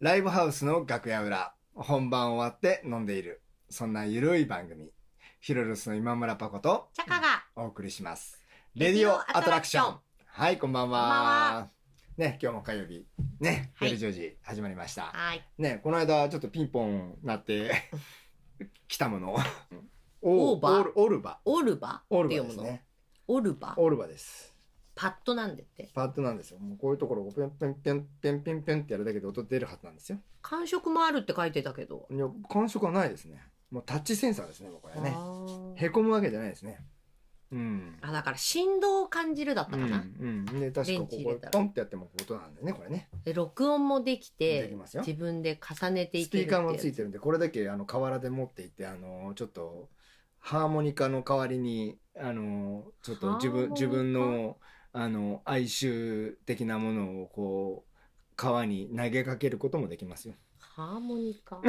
ライブハウスの楽屋裏、本番終わって飲んでいる、そんなゆるい番組、ヒロルスの今村パコとチャカが、お送りします。レディオアトラクションはい、こんばんこんばんは。ね、今日も火曜日、ね、はい夜10時始まりました。はい。ね、この間ちょっとピンポンな って、来たもの。オーバーオルオルバ。オルバオルってバで読むすの、ね。オルバオルバです。パッとなんでって。パッドなんですよ。もうこういうところをペンペンペンペンペンペンってやるだけで音出るはずなんですよ。感触もあるって書いてたけど。いや感触はないですね。もうタッチセンサーですね、もうこれあね。ーへこむわけじゃないですね。うん。あ、だから振動を感じるだったうかん、うな。ん。で、確かこ電池入れこたらポンってやっても音なんでね、これね。で録音もできでてきますよ自分で重ねていスけピーるカーもっつていてるんで、これだけあの河原で持っていって、あの、ちょっと、ハーモニカの代わりに、あの、ちょっと自分、ハーモニカ自分の、あの、哀愁的なものをこう、川に投げかけることもできますよ。ハーモニカ。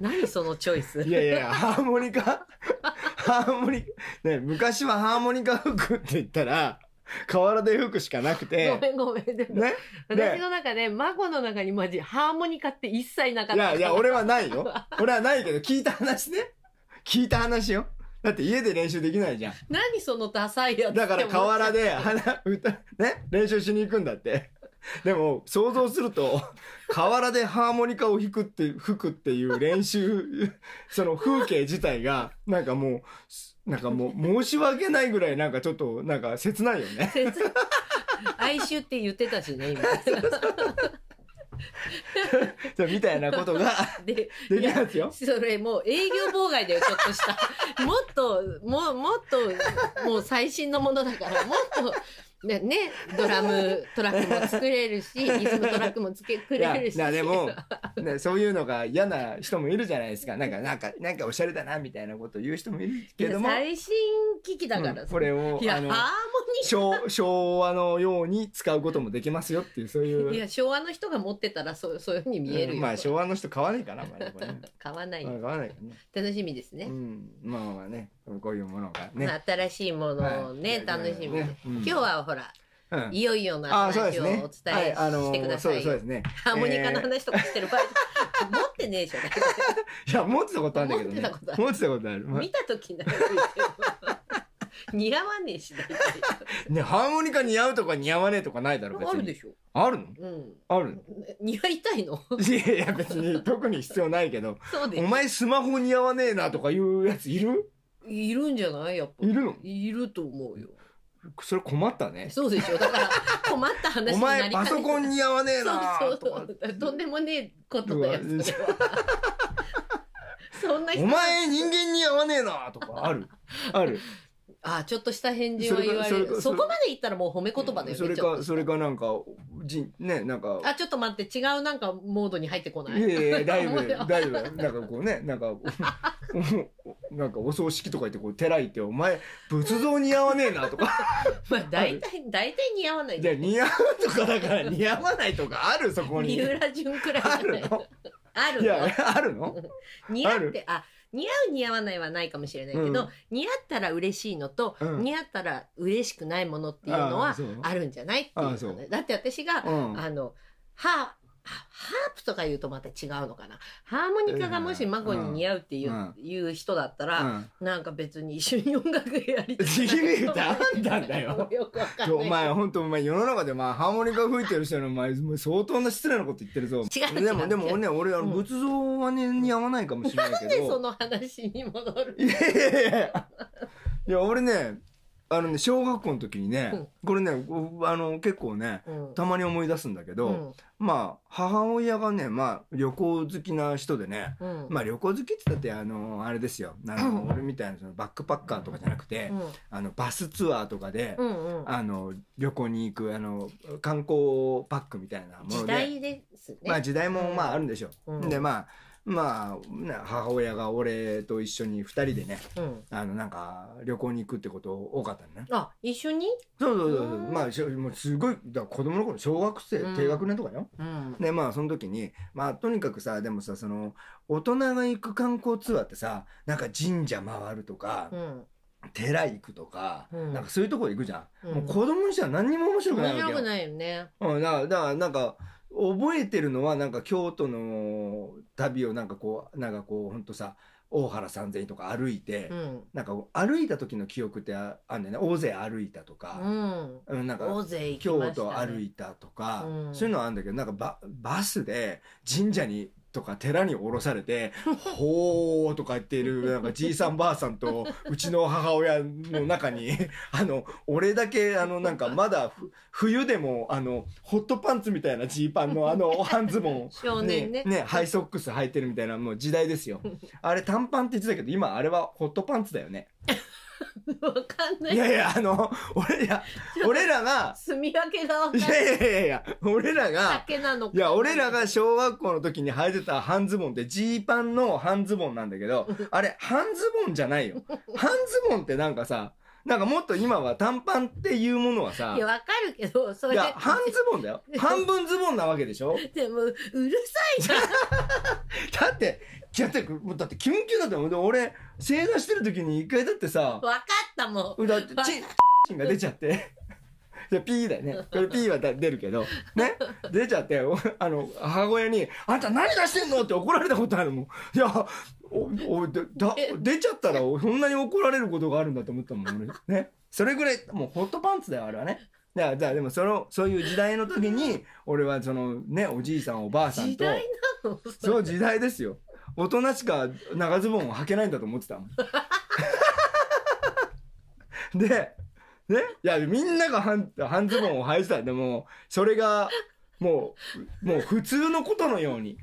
何そのチョイス。いやいや、ハーモニカハーモニカ、ね、昔はハーモニカ吹くって言ったら、河原で吹くしかなくごて、めんごめん。でもね。私の中で、マコの中にマジ、ハーモニカって一切なかっいた。やいや、俺はないよ。俺はないけど、聞いた話ね。聞いた話よ。だって家で練習できないじゃん。何そのダサいやつだから河原で。で 花歌、ね、練習しに行くんだって。でも、想像すると、河原でハーモニカを弾くって、吹くっていう練習、 その風景自体が、なんかもう、なんかもう申し訳ないぐらいなんかちょっと、なんか切ないよね。 切哀愁って言ってたしね、今。みたいなこと がで、できますよ。それもう営業妨害だよ、ちょっ とした。もっと、もう、もっと、もう最新のものだから、もっと、ね、ねドラムトラックも作れ るし、リズムトラックもつけくいやれるし。いやでも、ね、そういうのが嫌な人もいるじゃないですか。なんか、なんか、なんかおしゃれだな、みたいなこと言う人もいるけども、最新機器だから、うんこれをいあや、ハーのモ昭昭和のように使うこともできますよっていう、そういう。ニー。いや、昭和の人が持ってたら、そう、そういうふうに見えるうよ。んまあ、昭和の人買わないかな、まあね、これね買わないよまあ買わないからね。楽しみですねう。ん。まあまあね、こういうものがね。まあ新しいものをね、はい楽しみで、ねうん今日はほら、うんいよいよのああ、そうです話をお伝ねえ。しはいあのてくださそういそうよですね。 ハーモニカのえー話とかしてる場合、持ってねえじゃん。いや、持ってたことあるんだけどね。持ってたことある持ってたことある。 まあ見た時になるけど。似合わねえし、大体ね、ハーモニカ似合うとか似合わねえとかないだろ、別に。あるでしょ。あるのうん。ある似合いたいのいやいや、別 に特に必要ないけど。そうでお前スマホ似合わねえなとかいうやついるいるんじゃないやっぱ。いるのいると思うよ。それ困ったね。そうでしょ。だから、困った話おになり前かねないパソコン似合わねえなそうとそかう。そう。とんでもねえことだよ、それは。そんな人お前人間似合わねえなとかある。 ある。あちょっとした返事は言われそれかそれる。かそこまで言ったらもう褒め言葉だよね。それちょっか、それかなんか、じね、なんかと、あ、ちょっと待って、違うなんかモードに入ってこいなやい。いや、大丈夫思うだよよ大丈夫だよなんかこうね、なんか、 なんかお葬式とか言ってこう、寺行って、お前、仏像似合わねえなと か。まあ大体、大体似合わないじゃあ似合うとかだから似合わないとかあるそこ に三。浦淳くらいじあゃなるい。のあるいのや、ある の似合って、あ、似合う似合わないはないかもしれないけど、うん似合ったら嬉しいのと、うん似合ったら嬉しくないものっていうのあはそうあるんじゃないっていうあそのうね。だって私が、うんあの、は、はハープとか言うとまた違うのかな。ハーモニカがもしマコに似合うっていう,、うんいう人だったら、うんなんか別に一緒に音楽やりた自由だんだんだい。よ。 よくわかんない。お前、ほんと、お前、世の中で、まあ、ハーモニカ吹いてる人の、お前、もう相当な失礼なこと言ってるぞ。違う違うでも、でもね、俺、あの、うん仏像はね、似合わないかもしれないけなんでど。その話に戻るいやいやいやいや、俺ね、あのね、小学校の時にね、これね、おあの、結構ね、うんたまに思い出すんだけど、うんまあ、母親がね、まあ、旅行好きな人でね、うんまあ、旅行好きって言ったって、あの、あれですよ、あの、俺みたいな、その、バックパッカーとかじゃなくて、うんあの、バスツアーとかで、うんうん。あの、旅行に行く、あの、観光パックみたいなもので。時代ですね。まあ時代もまああるんでしょう。うんで、まあ、まあ、ね母親が俺と一緒に二人でね、うんあの、なんか、旅行に行くってこと多かったのね。あ、一緒にそうそうそうそう。うんまあ、しょもうすごい、だから子供の頃、小学生、うん低学年とかよ。うん。で、まあ、その時に、まあ、とにかくさ、でもさ、その、大人が行く観光ツアーってさ、なんか神社回るとか、うん。寺行くとか、うんなんかそういうとこ行くじゃん。うんもう子供にしたら何にも面白くないわ面けよ。白くないよね。うん、だから、だからなんか、覚えてるのはなんか京都の旅をなんかこうなんかこうほんとさ大原三千とか歩いて、うん。なんか歩いた時の記憶ってああんねんね大勢歩いたとうか、ん。うん、なんか大勢行き京ました、ね。都歩いたとか、うんそういうのはあるんだけどなんかババスで神社にとか寺に降ろされ て「ほー」とか言ってるなんかじいさんばあさんとうちの母親の中に あの俺だけあのなんかまだふ冬でもあのホットパンツみたいなジーパンのあの半ズボン少年ね。ハイソックス履いてるみたいなもう時代 ですよあれ短パンって言ってたけど今あれはホットパンツだよねわかんないい。やいやあの俺い や俺らが住み分けがわかんいない。やいやいやいや、俺らが、酒なのか。いや、俺らが小学校の時に履いてた半ズボンってジーパンの半ズボンなんだけど、あれ、半ズボンじゃないよ。半ズボンってなんかさ、なんかもっと今は短パンっていうものはさい、や、わかるけど、そいれ。や、半ズボンだよ。半分ズボンなわけでしょでも、うるさいだって、だって、だってキュンキュンだったもん。で俺、正座してる時に一回だってさな。、わかったもん。 だってチンチンが出ちゃって。 じゃピーだよね。これピーはだ出るけど。ね。出ちゃって、おあの、母親に、あんた何出してんのって怒られたことあるもん。いや、お、お、でだ出ちゃったら、おそんなに怒られることがあるんだと思ったもん、俺。ね。それぐらい、もうホットパンツだよ、あれはね。だから、だからでも、その、そういう時代の時に、俺はその、ね、おじいさん、おばあさん時と、代なのそう、時代ですよ。大人しか長ズボンを履けないんだと思ってたもん。で、ね、いや、みんなが半半ズボンを履いてた。でも、それが、もう、もう普通のことのように。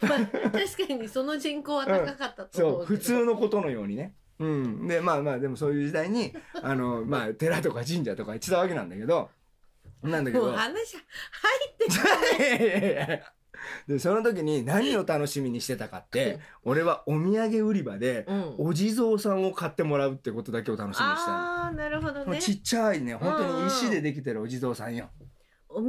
まあ確かにその人口は高かったとそ思う、うけど。普通のことのようにね。うん。で、まあまあ、でもそういう時代に、あの、まあ、寺とか神社とか行ってたわけなんだけど、なんだけもうど。話、入ってる。 いやいやいやいやで、その時に何を楽しみにしてたかって、俺はお土産売り場で、うんお地蔵さんを買ってもらうってことだけを楽しみにしてたのああ、なるほどもうね。ちっちゃいね本当うんうにん石でできてるお地蔵さんよ、お土産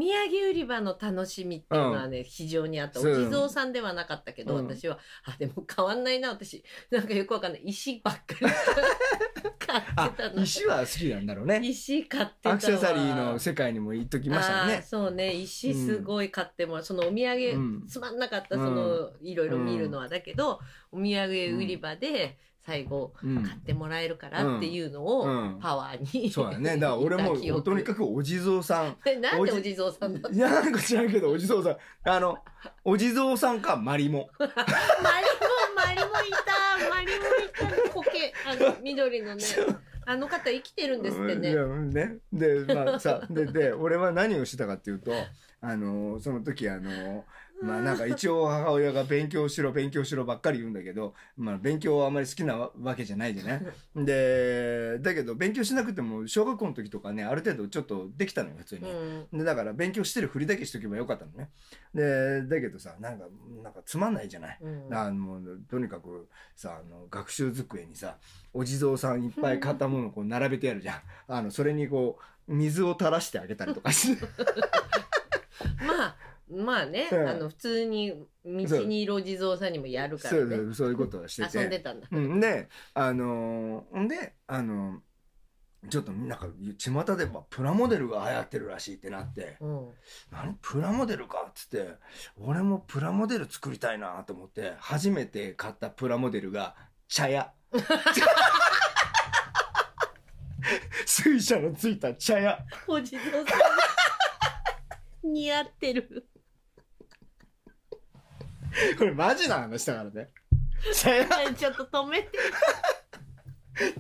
売り場の楽しみっていうのはね、非常にあった。おそう地蔵さんではなかったけど、うん私は、あ、でも変わんないな、私。なんかよくわかんない。石ばっ かり買あってたの。石は好きなんだろうね石買ってたわアクセサリーの世界にも行っときましたあーねそうね石すごい買ってもらう、そのお土産、うんつまんなかったそのいろいろ見るのはだけど、お土産売り場で最後うん買ってもらえるからっていうのをうんパワーに、そうだねだから俺 も抱き寄ってとにかくお地蔵さんえなんでおじお地蔵さんだいやなんか知らんけどお地蔵さんあのお地蔵さんかマリモマリモマリモいたマリモいたね苔あの緑のねあの方生きてるんですっていねやうんねでまあさで で俺は何をしてたかっていうとあのその時あのまあなんか一応母親が勉強しろ勉強しろばっかり言うんだけど、まあ、勉強はあまり好きなわわけじゃないじゃないでだけど勉強しなくても小学校の時とかねある程度ちょっとできたのよ普通にう。んでだから勉強してるふりだけしとけばよかったのね。でだけどさなんかなんかつまんないじゃない。うんあのとにかくさあの学習机にさお地蔵さんいっぱい買ったものをこう並べてやるじゃんあのそれにこう水を垂らしてあげたりとか してまあまあね、うんあの普通に道にいるお地蔵さんにもやるかそうらそねうそういうことをしてて遊んでたんだうん、であのーんであのーちょっとなんか巷ではプラモデルが流行ってるらしいってなってうん何プラモデルかっつって俺もプラモデル作りたいなと思って初めて買ったプラモデルが茶 屋水車のついた茶屋お地蔵さん似合ってるこれマジな話だからね茶屋ちょっと止めて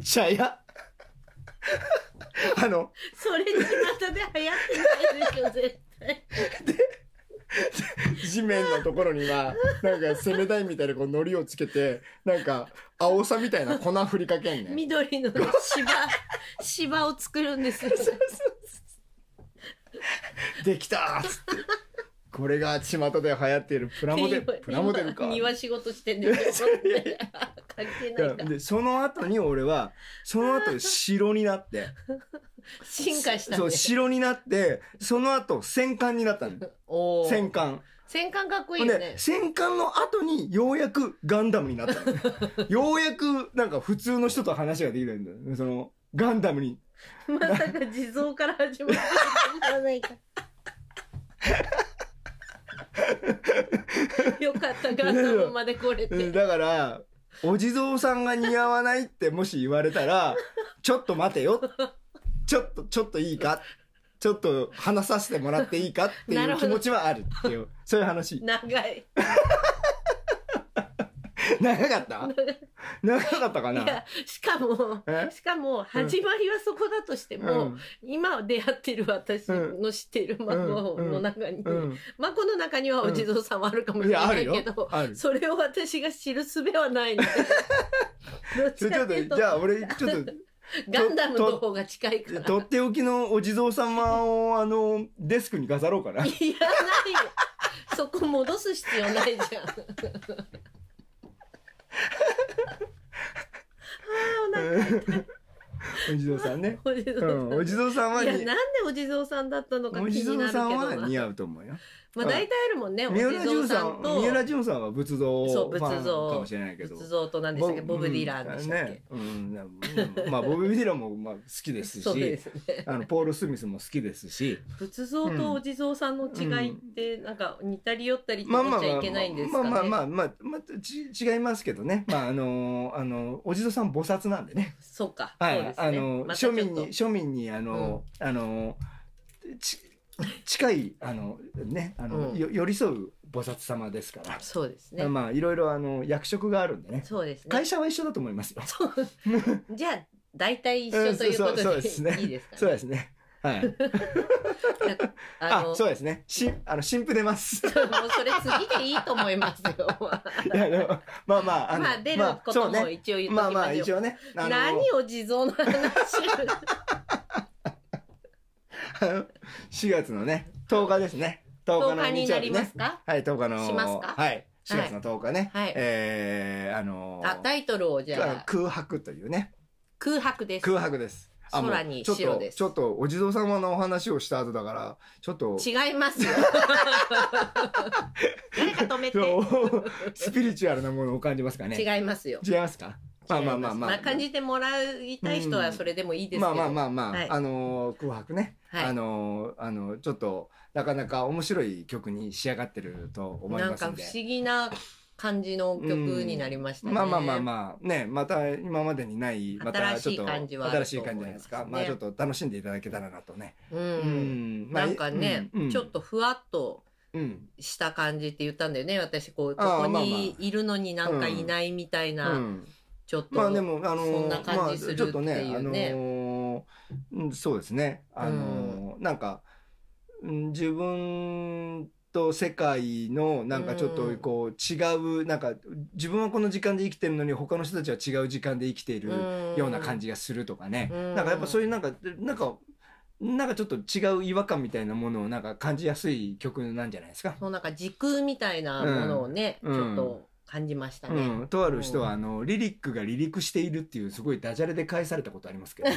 茶屋 あのそれにまで流行ってないでしょ絶対地面のところにはなんか攻め台みたいなこう糊をつけてなんか青さみたいな粉ふりかけんね緑の芝芝を作るんですよできたーっつってこれが巷で流行っているプラモデル プラモデルか今庭仕事してんだけど関 係ないからでその後に俺はその後白になって進化したそねう白になってその後戦艦になったのおー戦艦戦艦かっこいほいんよでね戦艦の後にようやくガンダムになったのようやくなんか普通の人と話ができるんだよねそのガンダムにまさ か地蔵から始まるとは思わないからよかったガンダムまで来れうんてだからお地蔵さんが似合わないってもし言われた らちょっと待てよちょっとちょっといいかちょっと話させてもらっていいかってないるうほ気ど持ちはあるっていうそういう話長い長かった長かったかいなやしかもえしかも始まりはそこだとしてうも、ん今出会ってる私の知ってる孫の中に、うん孫の中にはお地蔵さんはあるかもしいれやあなるいよけど、あるそれを私が知る術はない のどっそちれちょかっというととじゃあ俺ちょっと ガンダムの方が近いからとっておきのお地蔵様をあのデスクに飾ろうかないらないよ。そこ戻す必要ないじゃん。あーお腹 お地蔵さんね、お地蔵うさんん、お地蔵さんはいやなんにでお地蔵さんだったのかお気地にな蔵るけどさんはな似合うと思うよまあ大体あるもんねお地三浦蔵淳ささんんと三浦淳さんは仏像そフうァ仏像ンかもしれないけど仏像と何でしたっけボブ・ディランでしたっけ、うんねうんまあボブ・ディランもまあ好きですそうでしすねあのポール・スミスも好きです し仏像とお地蔵さんの違いってなんか似たり寄ったりってまあ言まあっちゃまいあけないんですまかあねまあまあまあまあち違いますけどねまああの あのお地蔵さん菩薩なんでねそうか、はい、そうですねあの、またちょ庶っと民に庶民にあの、あのち近いあのねあの、うんよ寄り添う菩薩様ですから、そうですねまあいろいろあの役職があるんでねそうですね会社は一緒だと思いますよ。そう。じゃあ、大体一緒ということうんそうそうそうですねでいいですかそうね。ですね。はい。 ああの、そうもですね。しあの新婦出 ます。うそれ次でいいと思いますよ。いやあのまあまああのまあ、出るこそとうもね。一応言っときまあまあまし一ょう。応ね。あの何を地蔵の話あ の ?4 月のね10日ですね。10日10の日に日な曜り日まねす。かはい10日のしますかはい4月の10日ね。はいえーあのあ、タイトルをじゃあ、空白というね空白です。空白ですあもう空にちょっと白ですちょっとお地蔵様のお話をした後だからちょっと違い ますよ。誰か止めて。 そうスピリチュアルなものを感じますかね違いますよ。違いますかまあまあまあまあ違いす感じてもらいたい人はそれでもいいですけまあど。まあまあまあ、はいあのー空白ね、はいあのーあのちょっとなかなか面白い曲に仕上がってると思いなんますか不ん思で議な感じの曲になりましたね。まあまあまあまあねまた今までにないまたちょっと新しい感じはあ新るしとい思い感じますねじゃないですかまあちょっと楽しんでいただけたらなとねうんうんまあなんかね、うんちょっとふわっとうんした感じって言ったんだよね私こうああここまあまあにいるのになんかいないみたいな、うんちょっと、まあでもあのーそんな感じするってまあ、ちいうねょっとねあのーうんそうですねあのーなんかうん自分と世界のなんかちょっとうんこう違うなんか自分はこの時間で生きてるのに他の人たちは違う時間で生きているような感じじがするとかねうんなんかやっぱそういうなんかなんかなんかちょっと違う違和感みたいなものをなんか感じやすい曲なんじゃないですか。そうなんか時空みたいなものをね、うんちょっと感じましたね、うん、とある人はあのリリックが離陸しているっていうすごいダジャレで返されたことありますけどま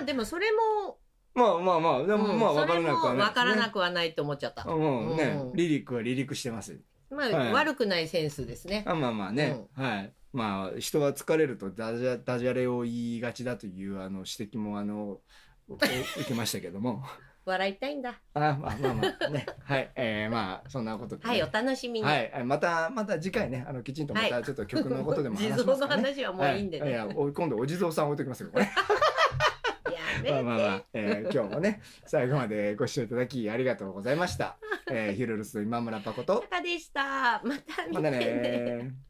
あでもそれも、まあまあまあでも、うんまあそ分かれらなもくはない分からなくくはないと思っちゃった、うんね、うんリリックは離陸してますまあ、はい悪くないセンスですねあまあまあね、はいまあ人は疲れるとダジャダジャレを言いがちだというあの指摘もあのお受けましたけども笑いたいんだあまあまあまあねはいえー、まあそんなことでねはいお楽しみに、はいえーまたまた次回ねあのきちんとまはたちょっと曲のことでも話します地蔵のからね話はもういいんでね、はい、やお今度お地蔵さん置いときますよこれやめて、まあまあまあ、えー、今日もね、最後までご視聴いただきありがとうございました。えー、ヒュルルス今村パコと、坂でした。また見てまたねね。